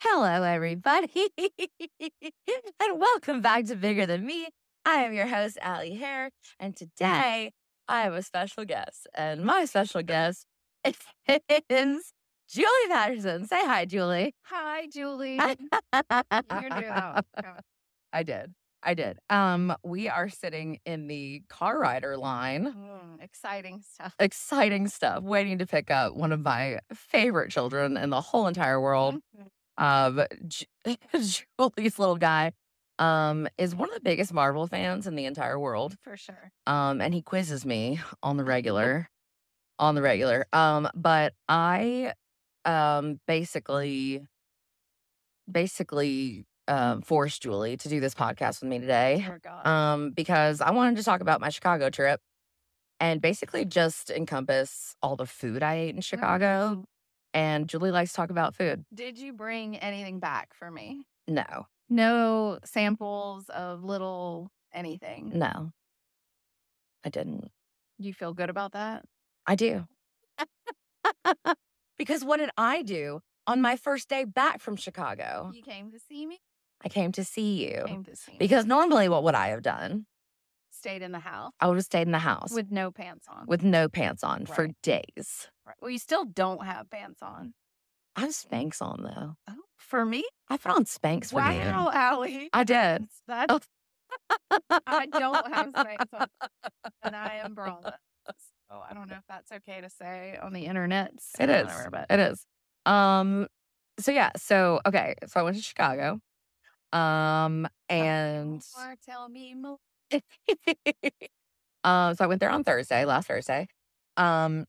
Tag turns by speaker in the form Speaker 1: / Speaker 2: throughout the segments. Speaker 1: Hello, everybody, and welcome back to Bigger Than Me. I am your host, Allie Hare, and today I have a special guest, and my special guest is Julie Patterson. Say hi, Julie.
Speaker 2: Hi, Julie.
Speaker 1: You're
Speaker 2: You're new. Oh, oh.
Speaker 1: I did. I did. Um, we are sitting in the car rider line.
Speaker 2: Mm, exciting stuff.
Speaker 1: Exciting stuff. Waiting to pick up one of my favorite children in the whole entire world.
Speaker 2: Mhm.
Speaker 1: Um, Ju- Julie's little guy um, is one of the biggest Marvel fans in the entire world.
Speaker 2: For sure.
Speaker 1: Um, and he quizzes me on the regular, on the regular. Um, but I, um, basically, basically, um, forced Julie to do this podcast with me today
Speaker 2: Oh, God.
Speaker 1: um, because I wanted to talk about my Chicago trip and basically just encompass all the food I ate in Chicago.
Speaker 2: Mhm.
Speaker 1: And Julie likes to talk about food.
Speaker 2: Did you bring anything back for me?
Speaker 1: No,
Speaker 2: No samples of little anything.
Speaker 1: no, I didn't.
Speaker 2: You feel good about that?
Speaker 1: I do. because what did I do on my first day back from Chicago?
Speaker 2: You came to see me?
Speaker 1: I came to see you.
Speaker 2: Came to see me.
Speaker 1: Oh, Because normally, what would I have done?
Speaker 2: Stayed in the house
Speaker 1: I would have stayed in the house with,
Speaker 2: with no pants on.
Speaker 1: no pants on for
Speaker 2: Right.
Speaker 1: days.
Speaker 2: Right. Well, you still don't have pants on.
Speaker 1: I have Spanx on though.
Speaker 2: Oh, for me?
Speaker 1: I put on Spanx for you.
Speaker 2: Wow, Allie.
Speaker 1: I did.
Speaker 2: That's, that's,
Speaker 1: Oh.
Speaker 2: I don't have pants on. and I am braless.
Speaker 1: Oh,
Speaker 2: So I don't know if that's okay to say on the internet.
Speaker 1: It is.
Speaker 2: But
Speaker 1: It is. Um. So yeah. So okay. So I went to Chicago. Um. And
Speaker 2: Or tell me more.
Speaker 1: um. So I went there on Thursday, last Thursday. Um.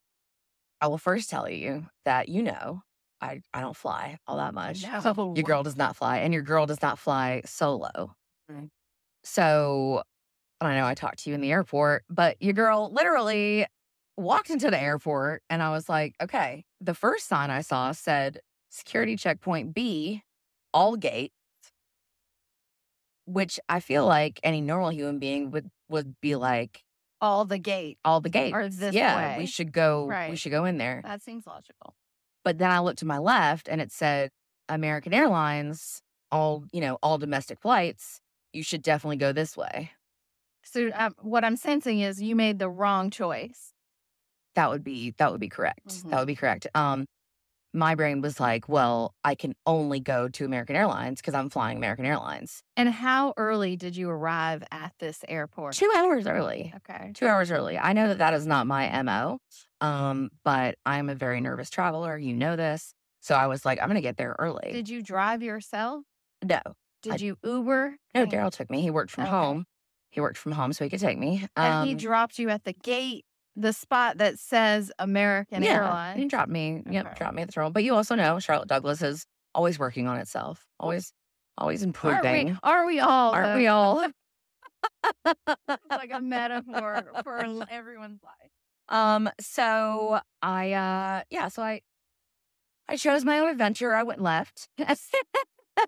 Speaker 1: I will first tell you that you know I I don't fly all that much.
Speaker 2: No.
Speaker 1: Your girl does not fly, and your girl does not fly solo.
Speaker 2: Mm.
Speaker 1: So, and I know I talked to you in the airport, but your girl literally walked into the airport, and I was like, okay. The first sign I saw said security checkpoint B, all gates, which I feel like any normal human being would would be like,
Speaker 2: all the gate.
Speaker 1: all the gates.
Speaker 2: Or this
Speaker 1: yeah, we
Speaker 2: way.
Speaker 1: should go. We
Speaker 2: Right.
Speaker 1: should go in there.
Speaker 2: That seems logical.
Speaker 1: But then I looked to my left and it said American Airlines, all, you know, all domestic flights, you should definitely go this way.
Speaker 2: So um, what I'm sensing is you made the wrong choice.
Speaker 1: That would be that would be correct. That
Speaker 2: Mhm.
Speaker 1: would be correct. Um my brain was like, well, I can only go to American Airlines because I'm flying American Airlines.
Speaker 2: And how early did you arrive at this airport?
Speaker 1: 2 hours early.
Speaker 2: Okay.
Speaker 1: 2 hours early. I know that that is not my MO. Um but I'm a very nervous traveler, you know this. So I was like, I'm going to get there early.
Speaker 2: Did you drive yourself?
Speaker 1: no.
Speaker 2: Did you Uber?
Speaker 1: No,
Speaker 2: Thank-
Speaker 1: Daryl took me. He worked from
Speaker 2: Okay.
Speaker 1: home. He worked from home, so he could take me.
Speaker 2: And he
Speaker 1: Um,
Speaker 2: dropped you at the gate, the spot that says American
Speaker 1: yeah, He
Speaker 2: Airlines.
Speaker 1: dropped me. Yep,
Speaker 2: Okay.
Speaker 1: dropped me at the terminal. But you also know Charlotte Douglas is always working on itself, always, always
Speaker 2: Aren't
Speaker 1: improving.
Speaker 2: we, are we all?
Speaker 1: Aren't
Speaker 2: though?
Speaker 1: we all?
Speaker 2: It's like a metaphor for l- everyone's life.
Speaker 1: Um, so I uh yeah, so I I chose my own adventure. I went left.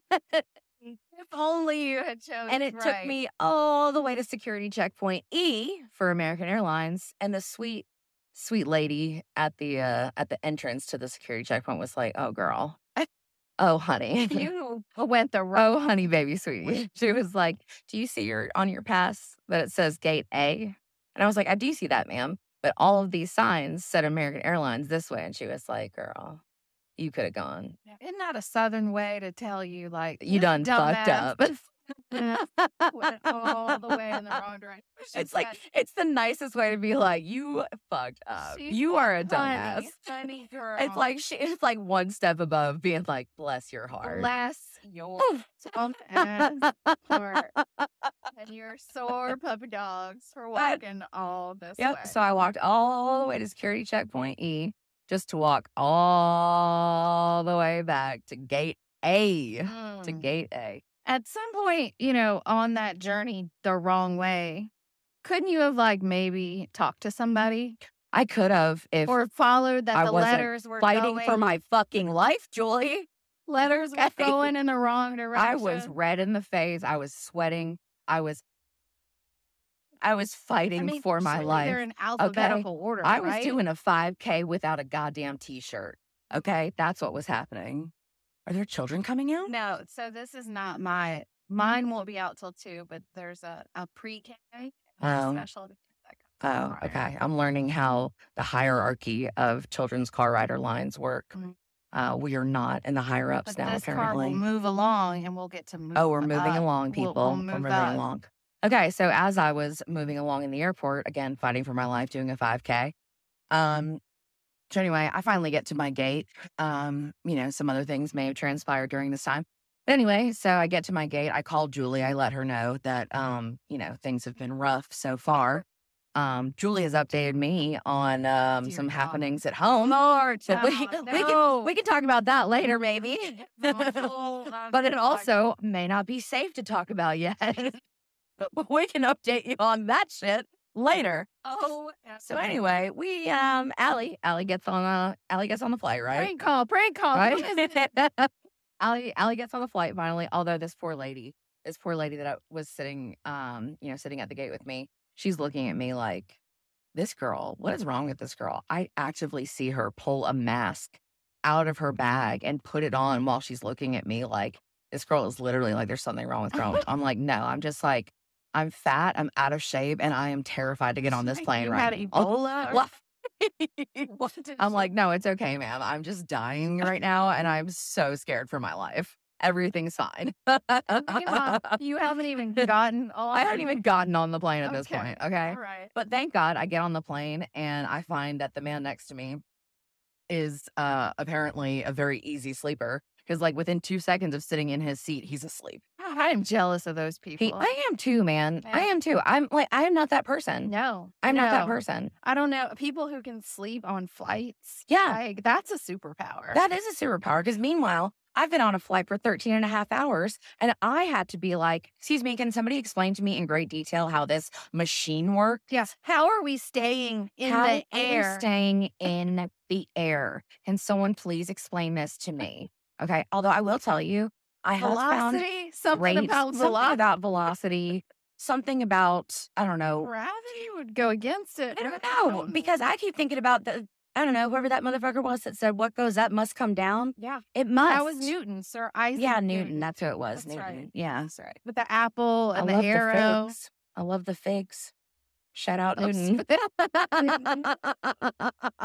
Speaker 2: If only you had chosen.
Speaker 1: and it took me all the way to security checkpoint E for American Airlines. And the sweet, sweet lady at the uh, at the entrance to the security checkpoint was like, "Oh, girl, oh, honey,
Speaker 2: You went the wrong.
Speaker 1: oh, honey, baby, sweet." She was like, "Do you see your on your pass that it says Gate A?" And I was like, "I do see that, ma'am." But all of these signs said American Airlines this way, and she was like, "Girl, you could have gone.
Speaker 2: Isn't that a southern way to tell you like
Speaker 1: You
Speaker 2: "This
Speaker 1: done fucked
Speaker 2: dumbass
Speaker 1: up."
Speaker 2: went all the way in the wrong direction?
Speaker 1: It's like it's the nicest way to be like you fucked up.
Speaker 2: She's
Speaker 1: you are a dumbass.
Speaker 2: funny, funny girl.
Speaker 1: It's like she it's like one step above being like bless your heart.
Speaker 2: bless your dumbass heart and your sore puppy dogs for
Speaker 1: But-
Speaker 2: walking all this way.
Speaker 1: yep. So I walked all the way to security checkpoint E just to walk all the way back to gate A. To
Speaker 2: Mm.
Speaker 1: gate A.
Speaker 2: At some point, you know, on that journey the wrong way, couldn't you have like maybe talked to somebody
Speaker 1: I could have if
Speaker 2: or followed that
Speaker 1: I
Speaker 2: the
Speaker 1: wasn't
Speaker 2: letters were
Speaker 1: fighting
Speaker 2: going
Speaker 1: for my fucking life, Julie.
Speaker 2: letters were
Speaker 1: Okay.
Speaker 2: going in the wrong direction.
Speaker 1: I was red in the face. I was sweating. I was I was fighting for my
Speaker 2: surely
Speaker 1: life.
Speaker 2: They're in alphabetical order.
Speaker 1: I was
Speaker 2: right?
Speaker 1: doing a 5K without a goddamn t-shirt. Okay, that's what was happening. Are there children coming out?
Speaker 2: No, so this is not my
Speaker 1: Mm-hmm.
Speaker 2: mine won't be out till two, but there's a, a pre K
Speaker 1: Oh.
Speaker 2: special that comes out
Speaker 1: Oh,
Speaker 2: Friday.
Speaker 1: okay. I'm learning how the hierarchy of children's car rider lines work.
Speaker 2: Mhm.
Speaker 1: Uh, we are not in the higher ups
Speaker 2: But
Speaker 1: now,
Speaker 2: this car will
Speaker 1: apparently.
Speaker 2: move along and we'll get to move.
Speaker 1: Oh, we're moving
Speaker 2: up.
Speaker 1: along,
Speaker 2: Mm-hmm. We'll-
Speaker 1: people.
Speaker 2: we'll
Speaker 1: We're
Speaker 2: move
Speaker 1: moving
Speaker 2: up.
Speaker 1: along. Okay, so as I was moving along in the airport, again fighting for my life, doing a 5K.
Speaker 2: Mm-hmm.
Speaker 1: Um, so anyway, I finally get to my gate. Um, you know, some other things may have transpired during this time. But anyway, so I get to my gate. I call Julie. I let her know that um, you know, things have been rough so far. Um, Julie has updated me on um,
Speaker 2: Dear
Speaker 1: some
Speaker 2: God.
Speaker 1: happenings at home. Lord,
Speaker 2: Oh,
Speaker 1: we, we can
Speaker 2: no.
Speaker 1: we can talk about that later, maybe. but
Speaker 2: but
Speaker 1: it also may not be safe to talk about yet. but we can update you on that shit later.
Speaker 2: oh
Speaker 1: So anyway, we um Allie, Allie gets on uh Allie gets on the flight, right?
Speaker 2: prank call, Oh, prank call. What is it?
Speaker 1: Right? Allie Allie gets on the flight finally, although this poor lady, this poor lady that I was sitting um, you know, sitting at the gate with me, she's looking at me like, This girl, what is wrong with this girl? I actively see her pull a mask out of her bag and put it on while she's looking at me like this girl is literally like there's something wrong with her. I'm like, no, I'm just like, I'm fat, I'm out of shape, and I am terrified to get on this
Speaker 2: Like,
Speaker 1: plane
Speaker 2: you
Speaker 1: right
Speaker 2: had
Speaker 1: now. I'll-
Speaker 2: Ebola. or
Speaker 1: Well,
Speaker 2: what did
Speaker 1: I'm
Speaker 2: you-
Speaker 1: like, no, it's okay, ma'am. I'm just dying right now, and I'm so scared for my life. Everything's fine. uh,
Speaker 2: Meanwhile,
Speaker 1: I
Speaker 2: you haven't even gotten. All
Speaker 1: uh, haven't even gotten on the plane at this
Speaker 2: Okay.
Speaker 1: point. Okay.
Speaker 2: All right.
Speaker 1: But thank God I get on the plane and I find that the man next to me is uh, apparently a very easy sleeper because, like, within two seconds of sitting in his seat, he's asleep.
Speaker 2: I am jealous of those people.
Speaker 1: He, I am too, man. I
Speaker 2: Yeah.
Speaker 1: am too. I'm like, I am not that person.
Speaker 2: no,
Speaker 1: I'm not that
Speaker 2: no.
Speaker 1: person.
Speaker 2: I don't know. People who can sleep on flights.
Speaker 1: Yeah.
Speaker 2: Like, that's a superpower.
Speaker 1: That is a superpower because meanwhile, I've been on a flight for 13 and a half hours and I had to be like, excuse me, can somebody explain to me in great detail how this machine worked?
Speaker 2: yes. How are we staying in
Speaker 1: how
Speaker 2: the
Speaker 1: are we
Speaker 2: air?
Speaker 1: staying in the air? Can someone please explain this to me? Okay. Although I will tell you, I have found
Speaker 2: velocity? Something
Speaker 1: rates-
Speaker 2: about
Speaker 1: something
Speaker 2: velocity.
Speaker 1: about velocity, something about, I don't know,
Speaker 2: Gravity would go against it.
Speaker 1: I don't know because I keep thinking about the I don't know whoever that motherfucker was that said what goes up must come down.
Speaker 2: yeah,
Speaker 1: It must.
Speaker 2: that was Newton, Sir Isaac.
Speaker 1: Yeah, Newton. That's who it was.
Speaker 2: That's
Speaker 1: Newton.
Speaker 2: right.
Speaker 1: Yeah.
Speaker 2: That's right. With the apple and
Speaker 1: I love
Speaker 2: the arrow.
Speaker 1: the figs. I love the figs. Shout out
Speaker 2: Oops.
Speaker 1: Newton.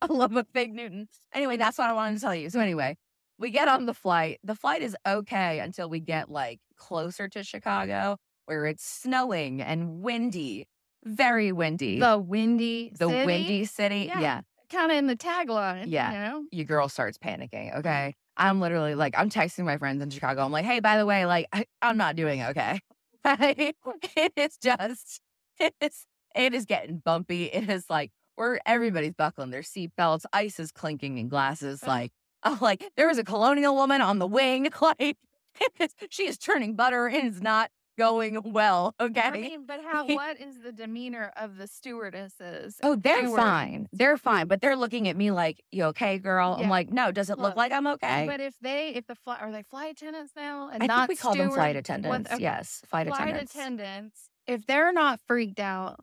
Speaker 1: I love a fig Newton. Anyway, that's what I wanted to tell you. So anyway, we get on the flight. The flight is okay until we get like closer to Chicago where it's snowing and windy. Very windy.
Speaker 2: the windy,
Speaker 1: The
Speaker 2: city,
Speaker 1: windy city.
Speaker 2: Yeah.
Speaker 1: yeah.
Speaker 2: kind of in the tagline.
Speaker 1: Yeah.
Speaker 2: you know?
Speaker 1: your girl starts
Speaker 2: Mm-hmm.
Speaker 1: panicking. Okay. I'm literally like, I'm texting my friends in Chicago. I'm like, hey, by the way, like, I, I'm not doing okay. it is just, it is, it is getting bumpy. It is like, where everybody's buckling their seatbelts, ice is clinking in glasses. Like, I'm like, there was a colonial woman on the wing. Like, she is churning butter and it's not going well. Okay.
Speaker 2: I mean, but how? What is the demeanor of the stewardesses?
Speaker 1: Oh, they're
Speaker 2: stewards.
Speaker 1: fine. They're fine, but they're looking at me like, "You okay, girl?"
Speaker 2: Yeah.
Speaker 1: I'm like, "No, does it look
Speaker 2: Look,
Speaker 1: like I'm okay?"
Speaker 2: But if they, if the flight, are they flight attendants now? And
Speaker 1: I
Speaker 2: not
Speaker 1: think we call them flight
Speaker 2: steward-
Speaker 1: attendants.
Speaker 2: okay,
Speaker 1: Yes, flight,
Speaker 2: flight
Speaker 1: attendants.
Speaker 2: attendants. If they're not freaked out,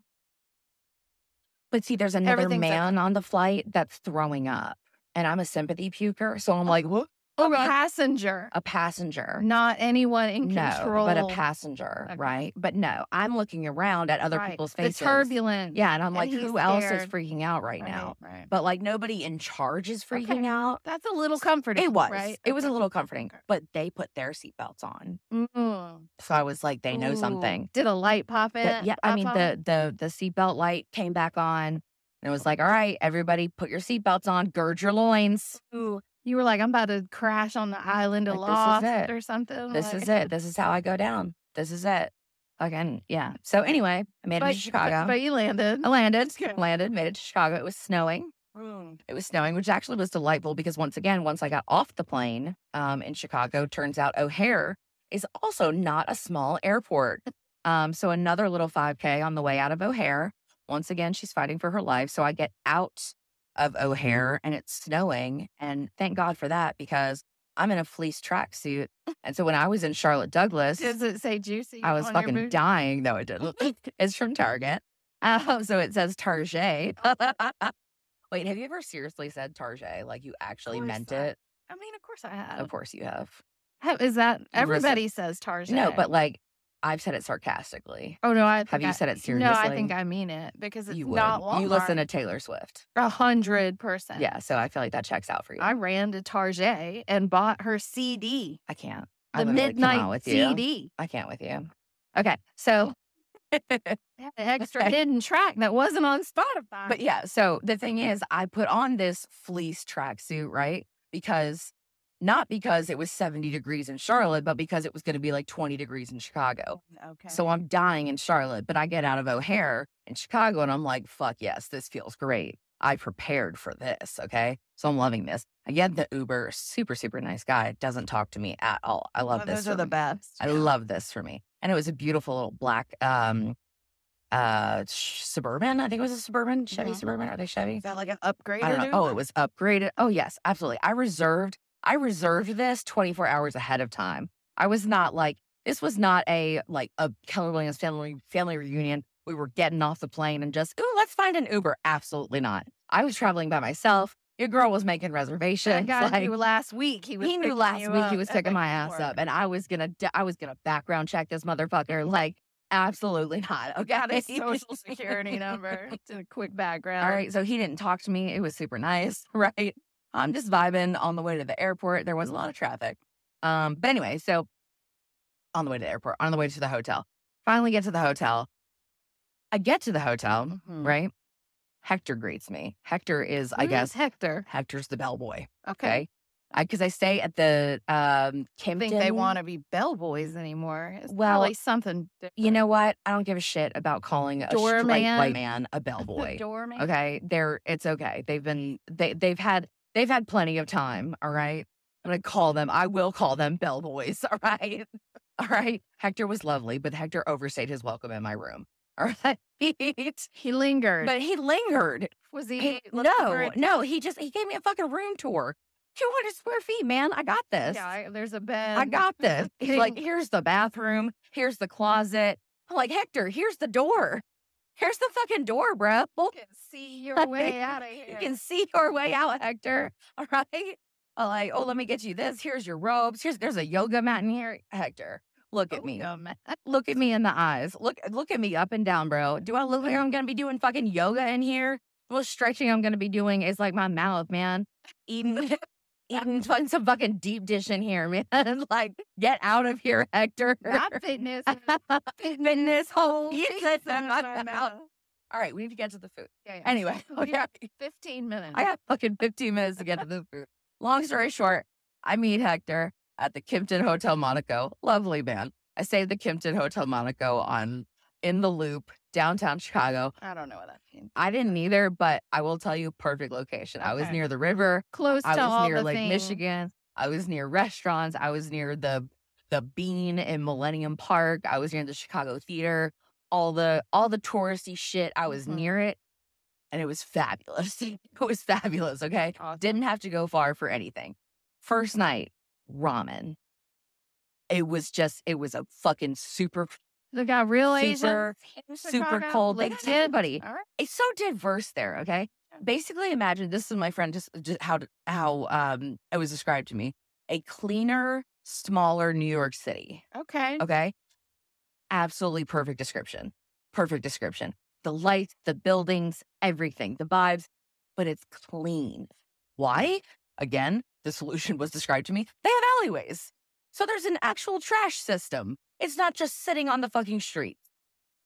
Speaker 1: But see, there's another
Speaker 2: Everything's okay.
Speaker 1: man on the flight that's throwing up, and I'm a sympathy puker, so I'm
Speaker 2: Oh,
Speaker 1: like, "What?"
Speaker 2: a passenger,
Speaker 1: A passenger.
Speaker 2: not anyone in
Speaker 1: no,
Speaker 2: control,
Speaker 1: but a passenger,
Speaker 2: Okay.
Speaker 1: right? But no, I'm looking around at other
Speaker 2: Right,
Speaker 1: people's faces.
Speaker 2: The turbulence.
Speaker 1: Yeah, and I'm
Speaker 2: and
Speaker 1: like,
Speaker 2: he's
Speaker 1: who else is
Speaker 2: scared."
Speaker 1: freaking out right,
Speaker 2: Right,
Speaker 1: now?
Speaker 2: right.
Speaker 1: But like, nobody in charge is
Speaker 2: Okay.
Speaker 1: freaking out.
Speaker 2: That's a little comforting.
Speaker 1: It was.
Speaker 2: Right?
Speaker 1: It was a
Speaker 2: Okay.
Speaker 1: little comforting,
Speaker 2: Okay.
Speaker 1: but they put their seatbelts on.
Speaker 2: Mm.
Speaker 1: So I was like, they know
Speaker 2: Ooh.
Speaker 1: something.
Speaker 2: Did a light pop in?
Speaker 1: The- yeah, I
Speaker 2: pop
Speaker 1: mean
Speaker 2: on?
Speaker 1: the the the seatbelt light came back on, and it was like, all right, everybody, put your seatbelts on, gird your loins.
Speaker 2: Ooh, you were like, I'm about to crash on the island of
Speaker 1: Like,
Speaker 2: Lost
Speaker 1: this is it.
Speaker 2: or something.
Speaker 1: This
Speaker 2: like-
Speaker 1: is it. This is how I go down. This is it. Again, yeah. So anyway, I made it
Speaker 2: But,
Speaker 1: to Chicago.
Speaker 2: but you landed.
Speaker 1: I landed,
Speaker 2: Good.
Speaker 1: landed, made it to Chicago. It was snowing. It was snowing, which actually was delightful because once again, once I got off the plane um, in Chicago, turns out O'Hare is also not a small airport. Um, so another little 5K on the way out of O'Hare. Once again, she's fighting for her life. So I get out of O'Hare and it's snowing. And thank God for that because I'm in a fleece tracksuit. And so when I was in Charlotte Douglas,
Speaker 2: Does it say juicy?
Speaker 1: I was
Speaker 2: on your
Speaker 1: fucking
Speaker 2: boot?
Speaker 1: dying. No, it didn't. it's from Target. Um, so it says Target. Wait, have you ever seriously said Target? Like you actually
Speaker 2: course
Speaker 1: meant
Speaker 2: not.
Speaker 1: it?
Speaker 2: I mean, of course I have.
Speaker 1: Of course you have.
Speaker 2: Ha- Is that everybody says Tarzan?
Speaker 1: No, but like I've said it sarcastically.
Speaker 2: oh no, I
Speaker 1: Have
Speaker 2: think
Speaker 1: you
Speaker 2: I-
Speaker 1: said it seriously?
Speaker 2: No, I think I mean it because it's
Speaker 1: you would.
Speaker 2: not Walmart.
Speaker 1: You listen to Taylor Swift.
Speaker 2: a hundred percent.
Speaker 1: Yeah, so I feel like that checks out for you.
Speaker 2: I ran to Target and bought her CD,
Speaker 1: I can't. I
Speaker 2: the
Speaker 1: literally cannot
Speaker 2: Midnight
Speaker 1: with you.
Speaker 2: CD.
Speaker 1: I can't with you.
Speaker 2: Okay, so
Speaker 1: but
Speaker 2: I had an extra
Speaker 1: Okay.
Speaker 2: hidden track that wasn't on Spotify.
Speaker 1: yeah, so the thing is, I put on this fleece tracksuit, right? Because not because it was 70 degrees in Charlotte, but because it was going to be like 20 degrees in Chicago.
Speaker 2: Mm, okay.
Speaker 1: So I'm dying in Charlotte, but I get out of O'Hare in Chicago and I'm like, fuck yes, this feels great. I prepared for this. Okay. So I'm loving this. I get the Uber, super, super nice guy, doesn't talk to me at all. I love
Speaker 2: Oh,
Speaker 1: this.
Speaker 2: Those are
Speaker 1: for
Speaker 2: the
Speaker 1: me.
Speaker 2: best.
Speaker 1: I love this for me. And it was a beautiful little black um uh sh- suburban. I think it was a suburban, Chevy
Speaker 2: Mhm.
Speaker 1: Suburban. Are they Chevy?
Speaker 2: Is that like an upgrade?
Speaker 1: I don't know. Oh, it was upgraded. Oh yes, absolutely. I reserved I reserved this 24 hours ahead of time. I was not like this was not a like a Keller Williams family family reunion. We were getting off the plane and just, ooh, let's find an Uber. Absolutely not. I was traveling by myself. Your girl was making reservations.
Speaker 2: That guy
Speaker 1: like-
Speaker 2: knew last week he was.
Speaker 1: he knew
Speaker 2: picking
Speaker 1: last
Speaker 2: you
Speaker 1: week he
Speaker 2: up
Speaker 1: was
Speaker 2: at
Speaker 1: taking
Speaker 2: the
Speaker 1: my ass
Speaker 2: airport.
Speaker 1: up, and I was gonna, d- I was gonna background check this motherfucker. Like, absolutely not. Okay,
Speaker 2: got his social security number. Did a quick background.
Speaker 1: All right, so he didn't talk to me. It was super nice, right? I'm just vibing on the way to the airport. There was a lot of traffic, um, but anyway, so on the way to the airport, on the way to the hotel, finally get to the hotel. I get to the hotel,
Speaker 2: Mhm.
Speaker 1: right? Hector greets me. Hector is, I
Speaker 2: Who is
Speaker 1: guess,
Speaker 2: Mm, Hector.
Speaker 1: Hector's the bellboy.
Speaker 2: Okay.
Speaker 1: Okay, because I, stay at the um,
Speaker 2: I
Speaker 1: Camden.
Speaker 2: think they want to be bellboys anymore. It's
Speaker 1: Well,
Speaker 2: probably something. uh, Different.
Speaker 1: You know what? I don't give a shit about calling a straight
Speaker 2: Doorman.
Speaker 1: white man a bellboy.
Speaker 2: doorman.
Speaker 1: okay, they're it's okay. They've been they they've had they've had plenty of time. All right, I'm gonna call them. I will call them bellboys. All right, all right. Hector was lovely, but Hector overstayed his welcome in my room. All right,
Speaker 2: He lingered.
Speaker 1: but he lingered.
Speaker 2: was he?
Speaker 1: He-
Speaker 2: looking for
Speaker 1: no,
Speaker 2: a-
Speaker 1: no. He just he gave me a fucking room tour. 200 square feet, man. I got this.
Speaker 2: Yeah, I- there's a bed.
Speaker 1: I got this. He's like,
Speaker 2: Ding.
Speaker 1: here's the bathroom. Here's the closet. I'm like, Hector, here's the door. Here's the fucking door, bro.
Speaker 2: You can see your way out of here.
Speaker 1: You can see your way out, Hector. All right. I'm like, oh, let me get you this. Here's your robes. Here's there's a yoga mat in here. Hector, look
Speaker 2: Oh,
Speaker 1: at me.
Speaker 2: Welcome.
Speaker 1: Look at me in the eyes. Look look at me up and down, bro. Do I look like I'm gonna be doing fucking yoga in here? The most stretching I'm gonna be doing is like my mouth, man. Eating eating fucking some fucking deep dish in here, man. like, get out of here, Hector.
Speaker 2: Not fitness.
Speaker 1: in this hole.
Speaker 2: He
Speaker 1: That's
Speaker 2: said
Speaker 1: not
Speaker 2: my
Speaker 1: out.
Speaker 2: mouth.
Speaker 1: All right, we need to get to the food.
Speaker 2: Yeah, yeah.
Speaker 1: Anyway,
Speaker 2: We
Speaker 1: okay.
Speaker 2: have 15 minutes.
Speaker 1: I got fucking 15 minutes to get to the food. Long story short, I meet Hector at the Kimpton Hotel Monaco. Lovely man. I stay at the Kimpton Hotel Monaco on in the loop, downtown Chicago.
Speaker 2: I don't know what that means.
Speaker 1: I didn't either, but I will tell you perfect location. I was
Speaker 2: Okay.
Speaker 1: near the river.
Speaker 2: Close
Speaker 1: I
Speaker 2: to
Speaker 1: was
Speaker 2: all
Speaker 1: near
Speaker 2: the
Speaker 1: Lake
Speaker 2: things.
Speaker 1: Michigan. I was near restaurants. I was near the the Bean in Millennium Park. I was near the Chicago Theater. All the all the touristy shit. I was
Speaker 2: Mhm.
Speaker 1: near it, and it was fabulous. it was fabulous. Okay,
Speaker 2: Awesome.
Speaker 1: didn't have to go far for anything. First night ramen. It was just it was a fucking super
Speaker 2: They got real
Speaker 1: super
Speaker 2: Asian,
Speaker 1: super cold. They got everybody
Speaker 2: All right.
Speaker 1: it's so diverse there. Okay,
Speaker 2: Yeah.
Speaker 1: basically, imagine this is my friend just, just how how um it was described to me: a cleaner, smaller New York City.
Speaker 2: Okay.
Speaker 1: Okay, absolutely perfect description. Perfect description. The lights, the buildings, everything, the vibes, but it's clean. Why? Again, the solution was described to me. They have alleyways, so there's an actual trash system. It's not just sitting on the fucking street.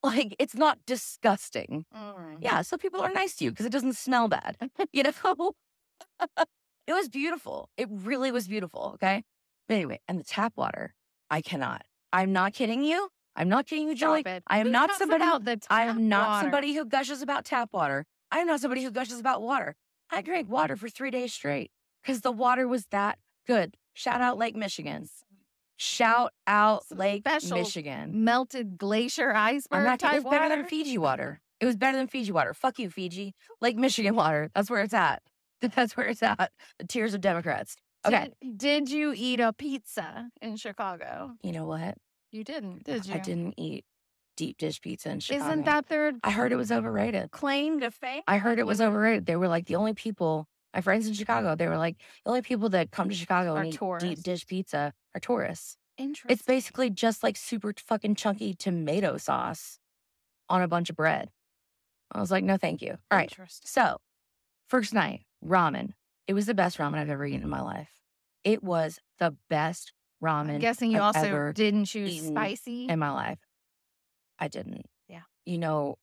Speaker 1: Like it's not disgusting.
Speaker 2: Mm.
Speaker 1: Yeah, so people are nice to you because it doesn't smell bad. You know, it was beautiful. It really was beautiful. Okay, but anyway, and the tap water, I cannot. I'm not kidding you. I'm not kidding you, Joey.
Speaker 2: Stop it.
Speaker 1: I am
Speaker 2: Who
Speaker 1: not
Speaker 2: talks
Speaker 1: somebody-
Speaker 2: about the
Speaker 1: I
Speaker 2: tap
Speaker 1: am not
Speaker 2: water?
Speaker 1: somebody who gushes about tap water. I am not somebody who gushes about water. I drank water for three days straight because the water was that good. Shout out Lake Michigan.
Speaker 2: Mm-hmm.
Speaker 1: Shout out
Speaker 2: Some
Speaker 1: Lake
Speaker 2: special
Speaker 1: Michigan.
Speaker 2: melted glacier iceberg
Speaker 1: I'm not
Speaker 2: type
Speaker 1: kidding. It was better than
Speaker 2: water?
Speaker 1: Fiji water. It was better than Fiji water. Fuck you, Fiji. Lake Michigan water. That's where it's at. That's where it's at. The tears of Democrats. Okay.
Speaker 2: Did, did you eat a pizza in Chicago?
Speaker 1: You know what?
Speaker 2: You didn't, did you?
Speaker 1: I didn't eat deep dish pizza in Chicago.
Speaker 2: Isn't that their
Speaker 1: I heard it was overrated.
Speaker 2: claim to fame?
Speaker 1: I heard it was
Speaker 2: You-
Speaker 1: overrated. They were like the only people My friends in Chicago, they were like, the only people that come to Chicago
Speaker 2: Are
Speaker 1: and eat
Speaker 2: tourists.
Speaker 1: deep dish pizza are tourists.
Speaker 2: Interesting.
Speaker 1: It's basically just like super fucking chunky tomato sauce on a bunch of bread. I was like, no, thank you. All right.
Speaker 2: Interesting.
Speaker 1: So, first night, ramen. It was the best ramen I've ever eaten in my life. It was the best ramen
Speaker 2: I'm guessing you
Speaker 1: I've
Speaker 2: also
Speaker 1: ever
Speaker 2: didn't choose
Speaker 1: eaten
Speaker 2: spicy.
Speaker 1: in my life. I didn't.
Speaker 2: Yeah.
Speaker 1: You know,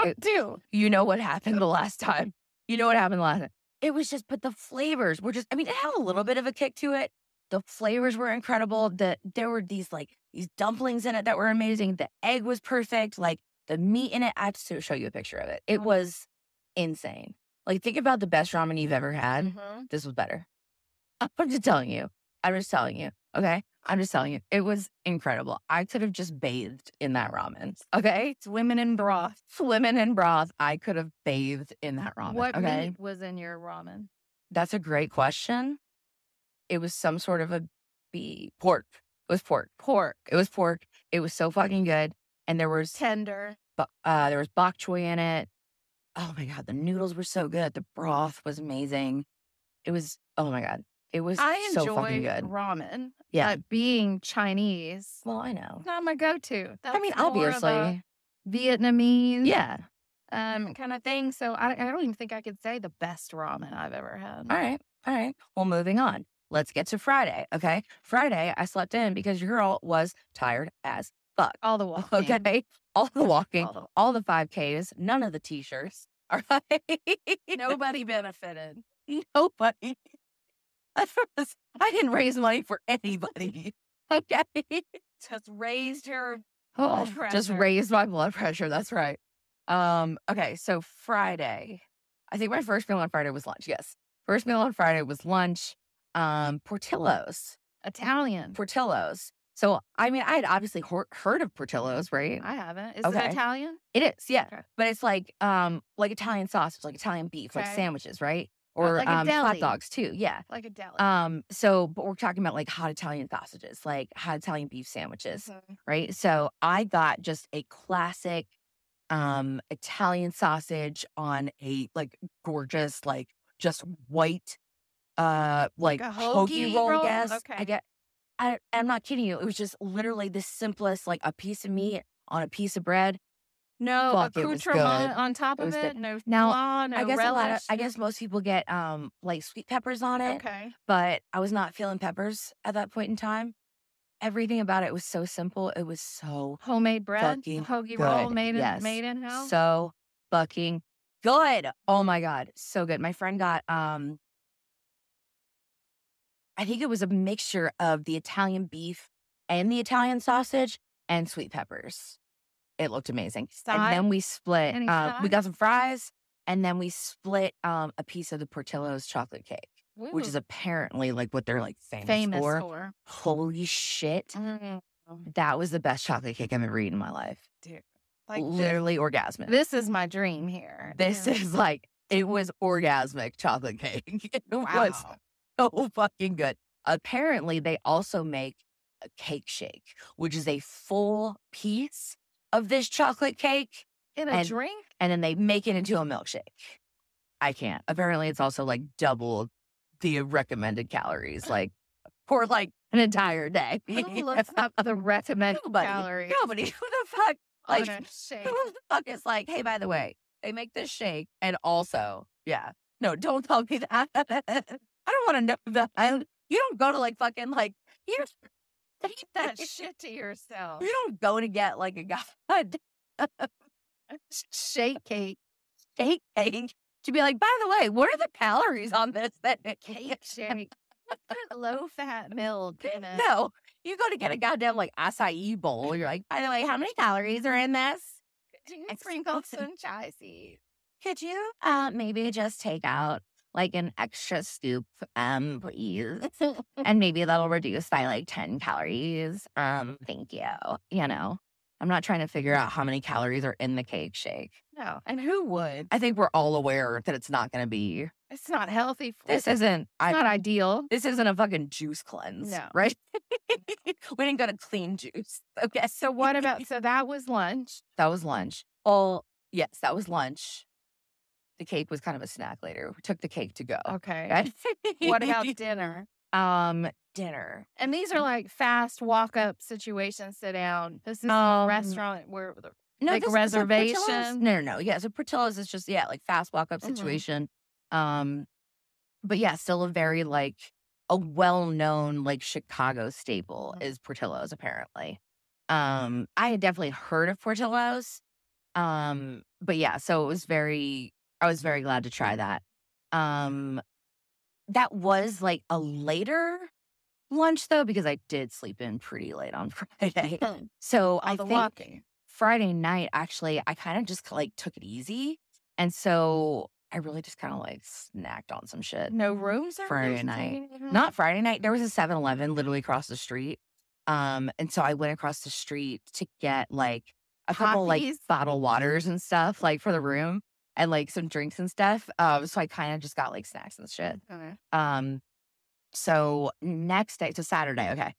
Speaker 2: I do.
Speaker 1: you know what happened the last time. You know what happened the last time. It was just, but the flavors were just, I mean, it had a little bit of a kick to it. The flavors were incredible. The, there were these like, these dumplings in it that were amazing. The egg was perfect. Like the meat in it, I have to show you a picture of it. It
Speaker 2: Oh.
Speaker 1: was insane. Like, think about the best ramen you've ever had
Speaker 2: Mhm.
Speaker 1: this was better. I'm just telling you. I'm just telling you. Okay. I'm just telling you. It was incredible. I could have just bathed in that ramen. Okay.
Speaker 2: It's women in broth.
Speaker 1: Swimming in broth. I could have bathed in that ramen.
Speaker 2: What
Speaker 1: okay.
Speaker 2: meat was in your ramen?
Speaker 1: That's a great question. It was some sort of a bee pork. It was pork. Pork. It was pork. It was so fucking good. And there was
Speaker 2: Tender.
Speaker 1: bu- uh, there was bok choy in it. Oh my god, the noodles were so good. The broth was amazing. It was oh my god, it was
Speaker 2: I
Speaker 1: so
Speaker 2: enjoy
Speaker 1: fucking good.
Speaker 2: ramen.
Speaker 1: Yeah.
Speaker 2: But being Chinese,
Speaker 1: well, I know.
Speaker 2: it's not my go-to.
Speaker 1: I mean,
Speaker 2: That's more of a
Speaker 1: obviously,
Speaker 2: Vietnamese,
Speaker 1: yeah.
Speaker 2: um, kind of thing. So I, I don't even think I could say the best ramen I've ever had.
Speaker 1: All right, all right. Well, moving on. Let's get to Friday. Okay, Friday, I slept in because your girl was tired as fuck.
Speaker 2: All the walking.
Speaker 1: Okay, all the walking,
Speaker 2: All the-
Speaker 1: all the five Ks, none of the t-shirts. All right,
Speaker 2: Nobody benefited.
Speaker 1: nobody. I was- I didn't raise money for anybody. Okay.
Speaker 2: Just raised her.
Speaker 1: Oh,
Speaker 2: blood
Speaker 1: just
Speaker 2: pressure.
Speaker 1: raised my blood pressure. That's right. Um, okay, so Friday. I think my first meal on Friday was lunch. Yes. First meal on Friday was lunch. Um, Portillo's.
Speaker 2: Italian.
Speaker 1: Portillo's. So I mean, I had obviously hear- heard of Portillo's, right?
Speaker 2: I haven't. Is
Speaker 1: Okay.
Speaker 2: it Italian?
Speaker 1: It is, yeah.
Speaker 2: Okay.
Speaker 1: But it's like um like Italian sausage, like Italian beef, like
Speaker 2: Okay.
Speaker 1: sandwiches, right?
Speaker 2: Uh,
Speaker 1: Or
Speaker 2: like a
Speaker 1: um, hot
Speaker 2: deli.
Speaker 1: dogs too. Yeah.
Speaker 2: Like a deli.
Speaker 1: Um, so but we're talking about like hot Italian sausages, like hot Italian beef sandwiches
Speaker 2: Mhm.
Speaker 1: right? So I got just a classic um Italian sausage on a like gorgeous, like just white uh like,
Speaker 2: a
Speaker 1: hoagie,
Speaker 2: hoagie
Speaker 1: roll,
Speaker 2: roll?
Speaker 1: yes. I
Speaker 2: Okay.
Speaker 1: get I I'm not kidding you. It was just literally the simplest, like a piece of
Speaker 2: Mm-hmm.
Speaker 1: meat on a piece of bread.
Speaker 2: no
Speaker 1: fuck, it was good.
Speaker 2: accoutrement on top
Speaker 1: It
Speaker 2: of
Speaker 1: was
Speaker 2: it.
Speaker 1: good.
Speaker 2: No
Speaker 1: Now,
Speaker 2: flan, no
Speaker 1: I guess a lot of,
Speaker 2: relish. Oh,
Speaker 1: I guess most people get um like sweet peppers on it,
Speaker 2: Okay.
Speaker 1: but I was not feeling peppers at that point in time. Everything about it was so simple. It was so
Speaker 2: Homemade bread,
Speaker 1: Fucking
Speaker 2: hoagie roll
Speaker 1: good.
Speaker 2: made in
Speaker 1: Yes.
Speaker 2: made in house.
Speaker 1: So fucking good. Oh my god, so good. My friend got um I think it was a mixture of the Italian beef and the Italian sausage and sweet peppers. It looked amazing. And
Speaker 2: Side?
Speaker 1: then we split
Speaker 2: Any
Speaker 1: uh, we
Speaker 2: sides?
Speaker 1: got some fries and then we split um a piece of the Portillo's chocolate cake, which is
Speaker 2: Ooh.
Speaker 1: apparently like what they're like famous,
Speaker 2: famous
Speaker 1: for.
Speaker 2: for.
Speaker 1: Holy shit.
Speaker 2: Mm,
Speaker 1: That was the best chocolate cake I've ever eaten in my life.
Speaker 2: like this-
Speaker 1: Literally orgasmic.
Speaker 2: This is my dream here.
Speaker 1: This is like it was orgasmic chocolate cake. It was
Speaker 2: Wow.
Speaker 1: so fucking good. Apparently, they also make a cake shake, which is a full piece of this chocolate cake,
Speaker 2: in a
Speaker 1: and-
Speaker 2: drink.
Speaker 1: and then they make it into a milkshake. I can't. Apparently, it's also like double the recommended calories, like for like an entire day.
Speaker 2: Who looks up the recommended
Speaker 1: Nobody.
Speaker 2: calories
Speaker 1: Nobody. Who the fuck? Like,
Speaker 2: on a shake?
Speaker 1: who the fuck is like, hey, by the way, they make this shake and also, yeah, no, don't tell me that. I don't want to know that. I, you don't go to like fucking like here's
Speaker 2: Keep that shit to yourself.
Speaker 1: you don't go to get like a god
Speaker 2: Shake cake,
Speaker 1: shake cake to be like, by the way, what are the calories on this thing?
Speaker 2: cake shake, low fat milk. in it.
Speaker 1: No, you go to get a goddamn like acai bowl. You're like, by the way, how many calories are in this?
Speaker 2: Do you
Speaker 1: Ex-
Speaker 2: sprinkle some chai seeds?
Speaker 1: Could you uh, maybe just take out like an extra scoop, um, please? and maybe that'll reduce by like 10 calories. Um, thank you. You know, I'm not trying to figure out how many calories are in the cake shake.
Speaker 2: No, and who would?
Speaker 1: I think we're all aware that it's not going to be.
Speaker 2: It's not healthy. For
Speaker 1: This
Speaker 2: it's
Speaker 1: isn't. I,
Speaker 2: not ideal.
Speaker 1: this isn't a fucking juice cleanse,
Speaker 2: No.
Speaker 1: right? we didn't go to clean juice. Okay,
Speaker 2: So what about? So that was lunch.
Speaker 1: that was lunch. Oh, yes, that was lunch. The cake was kind of a snack later. We took the cake to go.
Speaker 2: Okay.
Speaker 1: right?
Speaker 2: What about dinner?
Speaker 1: um dinner?
Speaker 2: And these are like fast walk up situations. Sit down. This is a
Speaker 1: Um,
Speaker 2: restaurant where the
Speaker 1: No,
Speaker 2: Like
Speaker 1: this is a Portillo's.
Speaker 2: reservation?
Speaker 1: No, no, no. Yeah, so Portillo's is just yeah, like fast walk up
Speaker 2: Mhm.
Speaker 1: situation. Um, but yeah, still a very like a well known like Chicago staple
Speaker 2: Mhm.
Speaker 1: is Portillo's apparently. Um, I had definitely heard of Portillo's. Um, but yeah, so it was very I was very glad to try that. Um, that was like a later lunch though because I did sleep in pretty late on Friday.
Speaker 2: all
Speaker 1: So I
Speaker 2: the
Speaker 1: think
Speaker 2: walking.
Speaker 1: Friday night, actually, I kind of just like took it easy. And so I really just kind of like snacked on some shit. Mm-hmm.
Speaker 2: No rooms or
Speaker 1: Friday
Speaker 2: anything?
Speaker 1: night.
Speaker 2: Mhm.
Speaker 1: Not Friday night. There was a 7 Eleven literally across the street. Um, and so I went across the street to get like a couple like
Speaker 2: Coffees?
Speaker 1: bottled waters and stuff, like for the room and like some drinks and stuff. Um, so I kind of just got like snacks and shit.
Speaker 2: Okay.
Speaker 1: Um, so next day, so Saturday, okay.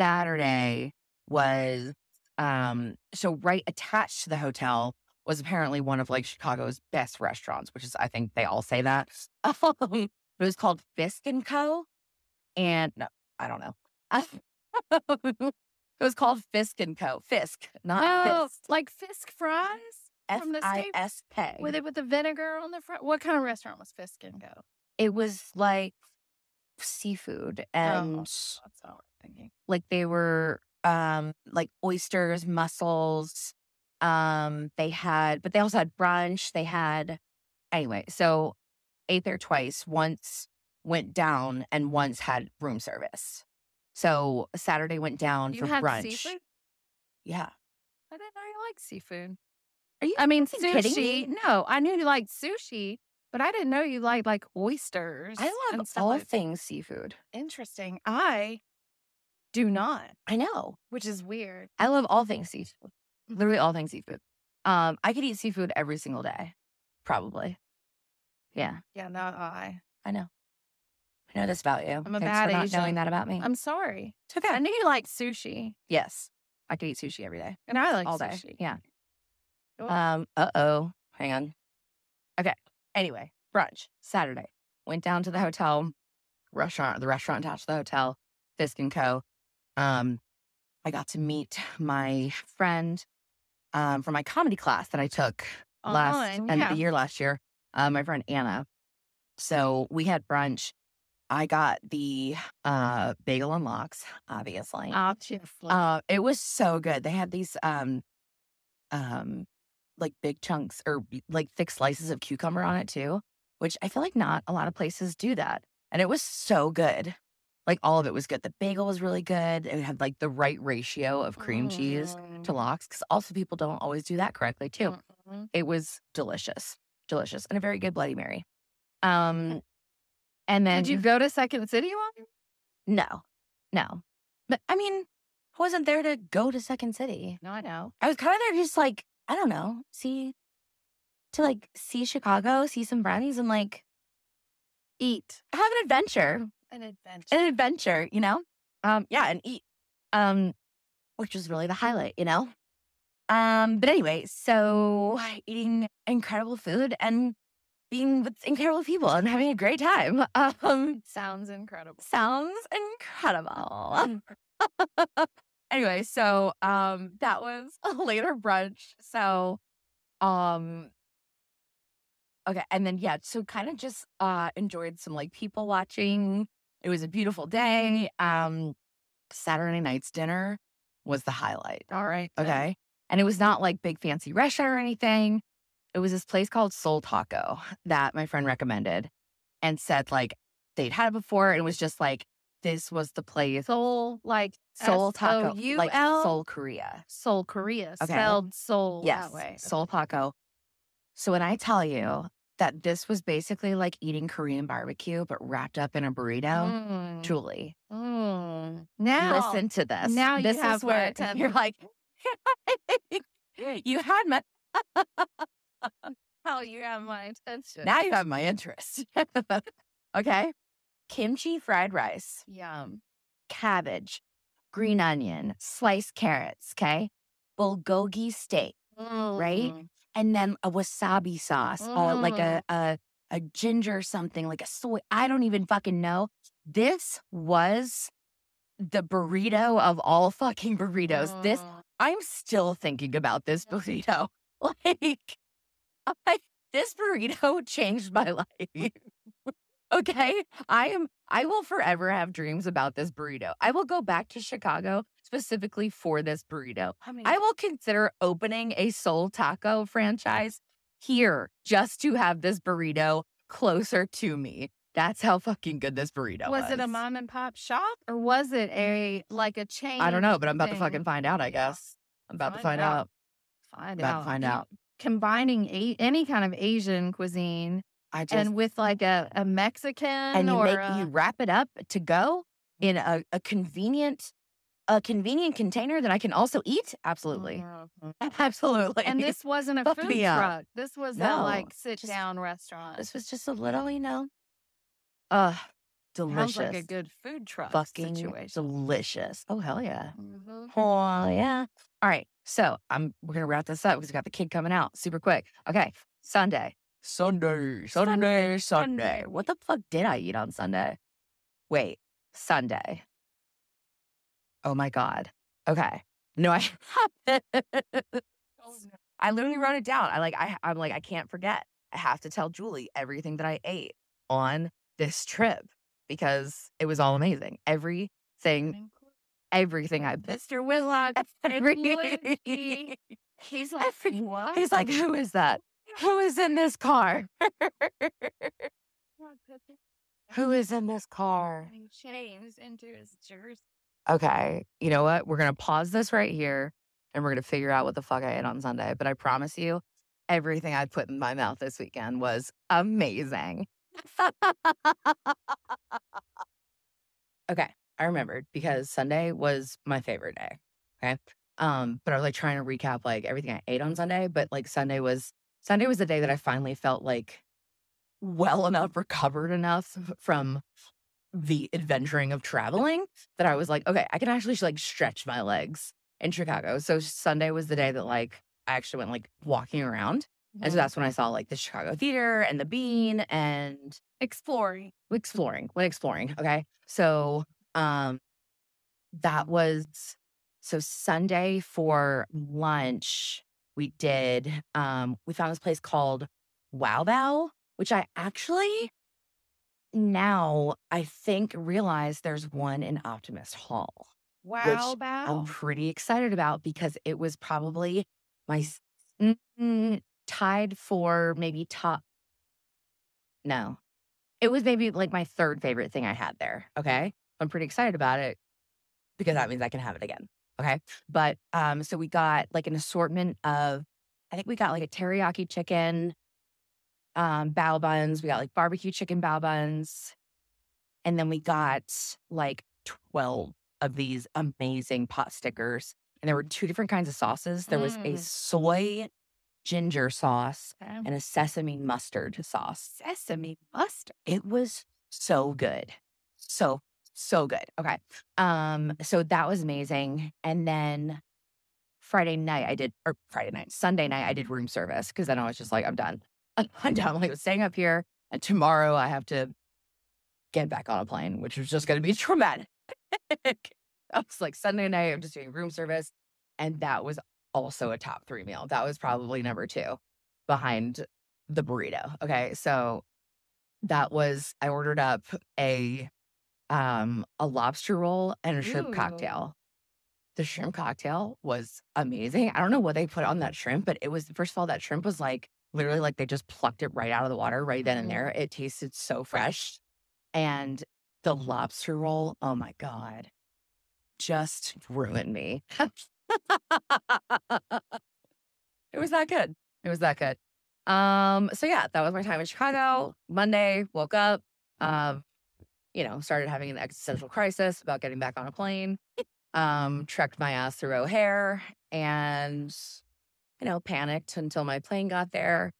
Speaker 1: Saturday was um so right attached to the hotel was apparently one of like Chicago's best restaurants, which is I think they all say that. Um, it was called Fisk and Co. And no, I don't know. it was called Fisk and Co. Fisk, not
Speaker 2: Oh, like Fisk fries
Speaker 1: Fisk.
Speaker 2: from the
Speaker 1: F I
Speaker 2: state-
Speaker 1: S K.
Speaker 2: with it with the vinegar on the front. What kind of restaurant was Fisk and Go?
Speaker 1: It was like seafood
Speaker 2: Oh.
Speaker 1: and
Speaker 2: That's all I'm thinking.
Speaker 1: like they were um like oysters mussels um they had but they also had brunch they had anyway so ate there twice once went down and once had room service so saturday went down
Speaker 2: You
Speaker 1: for
Speaker 2: had
Speaker 1: brunch
Speaker 2: seafood.
Speaker 1: yeah
Speaker 2: I didn't know you liked seafood.
Speaker 1: Are you
Speaker 2: I mean,
Speaker 1: fucking kidding me?
Speaker 2: sushi. No, I knew you liked sushi, but I didn't know you liked like oysters.
Speaker 1: i love
Speaker 2: and stuff
Speaker 1: all
Speaker 2: like-
Speaker 1: things seafood
Speaker 2: Interesting. I do not,
Speaker 1: i know
Speaker 2: which is weird.
Speaker 1: i love all things seafood
Speaker 2: Mm-hmm.
Speaker 1: literally all things seafood um i could eat seafood every single day probably yeah
Speaker 2: Yeah, not I.
Speaker 1: I know. I know this about you.
Speaker 2: I'm
Speaker 1: Thanks
Speaker 2: a bad
Speaker 1: for not
Speaker 2: Asian.
Speaker 1: knowing that about me.
Speaker 2: I'm sorry.
Speaker 1: it's okay.
Speaker 2: I knew you liked sushi,
Speaker 1: yes, I could eat sushi every day,
Speaker 2: and I like
Speaker 1: all day.
Speaker 2: sushi.
Speaker 1: Yeah.
Speaker 2: Oh.
Speaker 1: Um. Uh oh. Hang on. Okay. Anyway, brunch Saturday. Went down to the hotel restaurant. The restaurant attached to the hotel, Fisk and Co. Um, I got to meet my friend um, from my comedy class that I took last and
Speaker 2: Online, Uh-huh, yeah.
Speaker 1: the year last year, uh, my friend Anna. So we had brunch. I got the uh, bagel and lox, obviously.
Speaker 2: Ah, Obviously.
Speaker 1: Uh, it was so good. They had these um, um, like big chunks or b- like thick slices of cucumber on it too, which I feel like not a lot of places do that. And it was so good. Like all of it was good. The bagel was really good. It had like the right ratio of cream
Speaker 2: Mm-hmm,
Speaker 1: cheese
Speaker 2: Mm.
Speaker 1: to lox because also people don't always do that correctly too
Speaker 2: Mhm.
Speaker 1: it was delicious, delicious, and a very good Bloody Mary. Um, and then
Speaker 2: Did you go to Second City one?
Speaker 1: no, no, but I mean, I wasn't there to go to Second City.
Speaker 2: No, I know.
Speaker 1: I was kind of there to just like I don't know, see, to like see Chicago, see some friends, and like eat, have an adventure,
Speaker 2: An adventure.
Speaker 1: an adventure, you know? Um, yeah, and eat, um, which was really the highlight, you know? Um, but anyway, so eating incredible food and being with incredible people and having a great time. Um,
Speaker 2: Sounds incredible.
Speaker 1: sounds incredible. Mm. anyway, so um that was a later brunch. So um okay, and then yeah, so kind of just uh enjoyed some like people watching. It was a beautiful day. Um Saturday night's dinner was the highlight.
Speaker 2: All right. then.
Speaker 1: Okay. And it was not like big fancy restaurant or anything. It was this place called Soul Taco that my friend recommended and said like they'd had it before and it was just like this was the place
Speaker 2: Soul, like
Speaker 1: Soul Taco like
Speaker 2: S-O-U-L?
Speaker 1: Seoul Korea.
Speaker 2: Soul Korea,
Speaker 1: Okay.
Speaker 2: spelled Soul
Speaker 1: Yes,
Speaker 2: that way.
Speaker 1: Soul Taco. So when I tell you that this was basically like eating Korean barbecue but wrapped up in a burrito,
Speaker 2: Mm,
Speaker 1: Julie,
Speaker 2: mm. Now,
Speaker 1: listen to this.
Speaker 2: now you
Speaker 1: this
Speaker 2: have
Speaker 1: is
Speaker 2: my
Speaker 1: where
Speaker 2: attention.
Speaker 1: you're like, you had my
Speaker 2: how you have Oh, my attention.
Speaker 1: Now you have my interest. okay. Kimchi fried rice,
Speaker 2: Yum.
Speaker 1: cabbage, green onion, sliced carrots, okay? Bulgogi steak,
Speaker 2: Right?
Speaker 1: and then a wasabi sauce or like a, a a ginger something like a soy. I don't even fucking know. This was the burrito of all fucking burritos. This
Speaker 2: mm.
Speaker 1: I'm still thinking about this burrito. Like I, this burrito changed my life. okay, I am. I will forever have dreams about this burrito. I will go back to Chicago specifically for this burrito.
Speaker 2: I mean,
Speaker 1: I will consider opening a soul taco franchise here just to have this burrito closer to me. That's how fucking good this burrito was.
Speaker 2: was it a mom and pop shop or was it a like a chain?
Speaker 1: I don't know, but I'm about to
Speaker 2: thing?
Speaker 1: fucking find out. I
Speaker 2: Yeah.
Speaker 1: guess I'm about to find
Speaker 2: Find out.
Speaker 1: out.
Speaker 2: Find
Speaker 1: About to
Speaker 2: out.
Speaker 1: find
Speaker 2: You-
Speaker 1: out.
Speaker 2: Combining a- any kind of Asian cuisine
Speaker 1: I just
Speaker 2: and with like a, a Mexican
Speaker 1: and you
Speaker 2: or
Speaker 1: make
Speaker 2: a-
Speaker 1: you wrap it up to go in
Speaker 2: Mm-hmm.
Speaker 1: a, a convenient a convenient container that I can also eat. Absolutely,
Speaker 2: Mhm.
Speaker 1: absolutely.
Speaker 2: And this wasn't a
Speaker 1: Fuck
Speaker 2: food
Speaker 1: me up.
Speaker 2: truck. This was a like
Speaker 1: No,
Speaker 2: sit
Speaker 1: just-
Speaker 2: down restaurant.
Speaker 1: this was just a little, you know, uh, delicious,
Speaker 2: Sounds like a good food truck
Speaker 1: fucking
Speaker 2: situation.
Speaker 1: delicious. Oh hell yeah.
Speaker 2: Mhm.
Speaker 1: Oh yeah. All right. So I'm we're gonna wrap this up because we got the kid coming out super quick. Okay. Sunday. Sunday. Sunday. Sunday. What the fuck did I eat on Sunday? Wait. Sunday. Oh my god. Okay. No, I haven't.
Speaker 2: Oh, no.
Speaker 1: I literally wrote it down. I like I I'm like I can't forget. I have to tell Julie everything that I ate on this trip because it was all amazing. Everything,
Speaker 2: Include-
Speaker 1: everything I
Speaker 2: Mr. Whitlock.
Speaker 1: Every-
Speaker 2: Every- He's like,
Speaker 1: Every-
Speaker 2: what?
Speaker 1: He's like, who is that? Who is in this car? who is in this car?
Speaker 2: And James into his jersey.
Speaker 1: Okay, you know what? We're gonna pause this right here, and we're gonna figure out what the fuck I ate on Sunday. But I promise you, everything I put in my mouth this weekend was amazing. okay, I remembered because Sunday was my favorite day. Okay, um, but I was like trying to recap like everything I ate on Sunday, but like Sunday was Sunday was the day that I finally felt like well enough, recovered enough from the adventuring of traveling that I was like, okay, I can actually sh- like stretch my legs in Chicago. So Sunday was the day that like I actually went like walking around. And so that's when I saw like the Chicago Theater and the Bean and
Speaker 2: exploring.
Speaker 1: exploring, went exploring. Okay. So um that was so Sunday for lunch, we did um we found this place called Wow Bow, which I actually now I think realize there's one in Optimist Hall.
Speaker 2: Wow, bow.
Speaker 1: I'm pretty excited about because it was probably my s- mm, tied for maybe top. No, it was maybe like my third favorite thing I had there. Okay. I'm pretty excited about it because that means I can have it again. Okay. But um, so we got like an assortment of, I think we got like a teriyaki chicken, um, bao buns. We got like barbecue chicken bao buns. And then we got like 12 of these amazing pot stickers. And there were two different kinds of sauces. There was a
Speaker 2: Mm.
Speaker 1: soy ginger sauce
Speaker 2: Okay.
Speaker 1: and a sesame mustard sauce.
Speaker 2: Sesame mustard.
Speaker 1: It was so good. So, so good. Okay. Um, so that was amazing. And then Friday night I did or Friday night, Sunday night I did room service because then I was just like, I'm done. I'm done. Like I'm staying up here. And tomorrow I have to get back on a plane, which was just gonna be traumatic. I was like Sunday night, I'm just doing room service. And that was also a top three meal. That was probably number two behind the burrito. Okay. So that was I ordered up a um a lobster roll and a shrimp
Speaker 2: Ooh.
Speaker 1: cocktail. The shrimp cocktail was amazing. I don't know what they put on that shrimp, but it was first of all that shrimp was like literally like they just plucked it right out of the water right then and
Speaker 2: Mhm.
Speaker 1: there. It tasted so fresh. And the lobster roll, oh my god, just ruined me. it was that good. It was that good. Um, so yeah, that was my time in Chicago. Monday, woke up, um, you know, started having an existential crisis about getting back on a plane. Um, trekked my ass through O'Hare and, you know, panicked until my plane got there.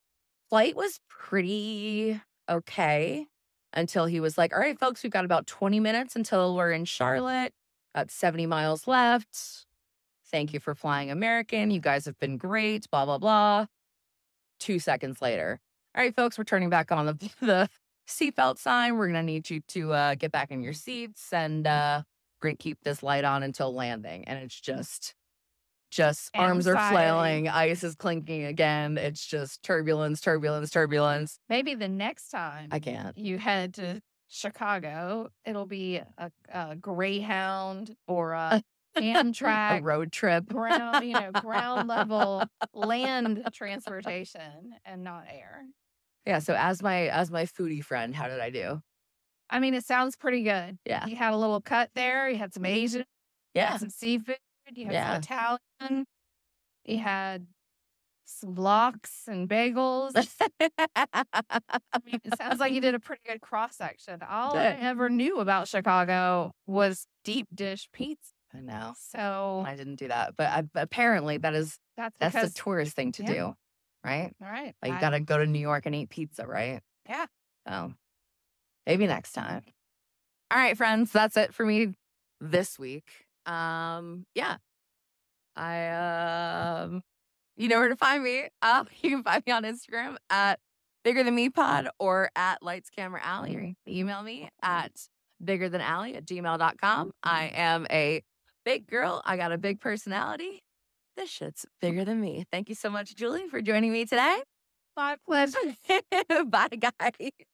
Speaker 1: Flight was pretty okay until he was like, all right, folks, we've got about 20 minutes until we're in Charlotte, got 70 miles left. Thank you for flying American. You guys have been great, blah, blah, blah. two seconds later. All right, folks, we're turning back on the, the seatbelt sign. We're going to need you to uh, get back in your seats and uh, we're going to keep this light on until landing. And it's just, just arms are
Speaker 2: Anxiety.
Speaker 1: flailing, ice is clinking again. It's just turbulence, turbulence, turbulence.
Speaker 2: Maybe the next time
Speaker 1: I can't.
Speaker 2: you head to Chicago, it'll be a, a Greyhound or a
Speaker 1: A
Speaker 2: Amtrak.
Speaker 1: road trip.
Speaker 2: ground, you know, ground level land transportation and not air.
Speaker 1: Yeah. So as my as my foodie friend, how did I do?
Speaker 2: I mean, it sounds pretty good.
Speaker 1: Yeah.
Speaker 2: You had a little cut there. You had some Asian, you
Speaker 1: Yeah.
Speaker 2: had some seafood, you had
Speaker 1: Yeah.
Speaker 2: some Italian, you had some blocks and bagels. I mean, it sounds like you did a pretty good cross section. All I
Speaker 1: Did.
Speaker 2: ever knew about Chicago was deep dish pizza.
Speaker 1: I know.
Speaker 2: So
Speaker 1: I didn't do that, but I, apparently that is
Speaker 2: that's
Speaker 1: that's
Speaker 2: because
Speaker 1: the tourist thing to
Speaker 2: yeah.
Speaker 1: do, right?
Speaker 2: all right.
Speaker 1: Like you
Speaker 2: I-
Speaker 1: gotta go to New York and eat pizza, right?
Speaker 2: Yeah.
Speaker 1: So maybe next time. All right, friends, that's it for me this week. Um, yeah. I um you know where to find me. Uh, you can find me on Instagram at bigger than me pod or at lights camera alley or you can email me at bigger than alley at gmail.com. I am a big girl. I got a big personality. This shit's bigger than me. Thank you so much, Julie, for joining me today.
Speaker 2: my pleasure.
Speaker 1: Bye, guys.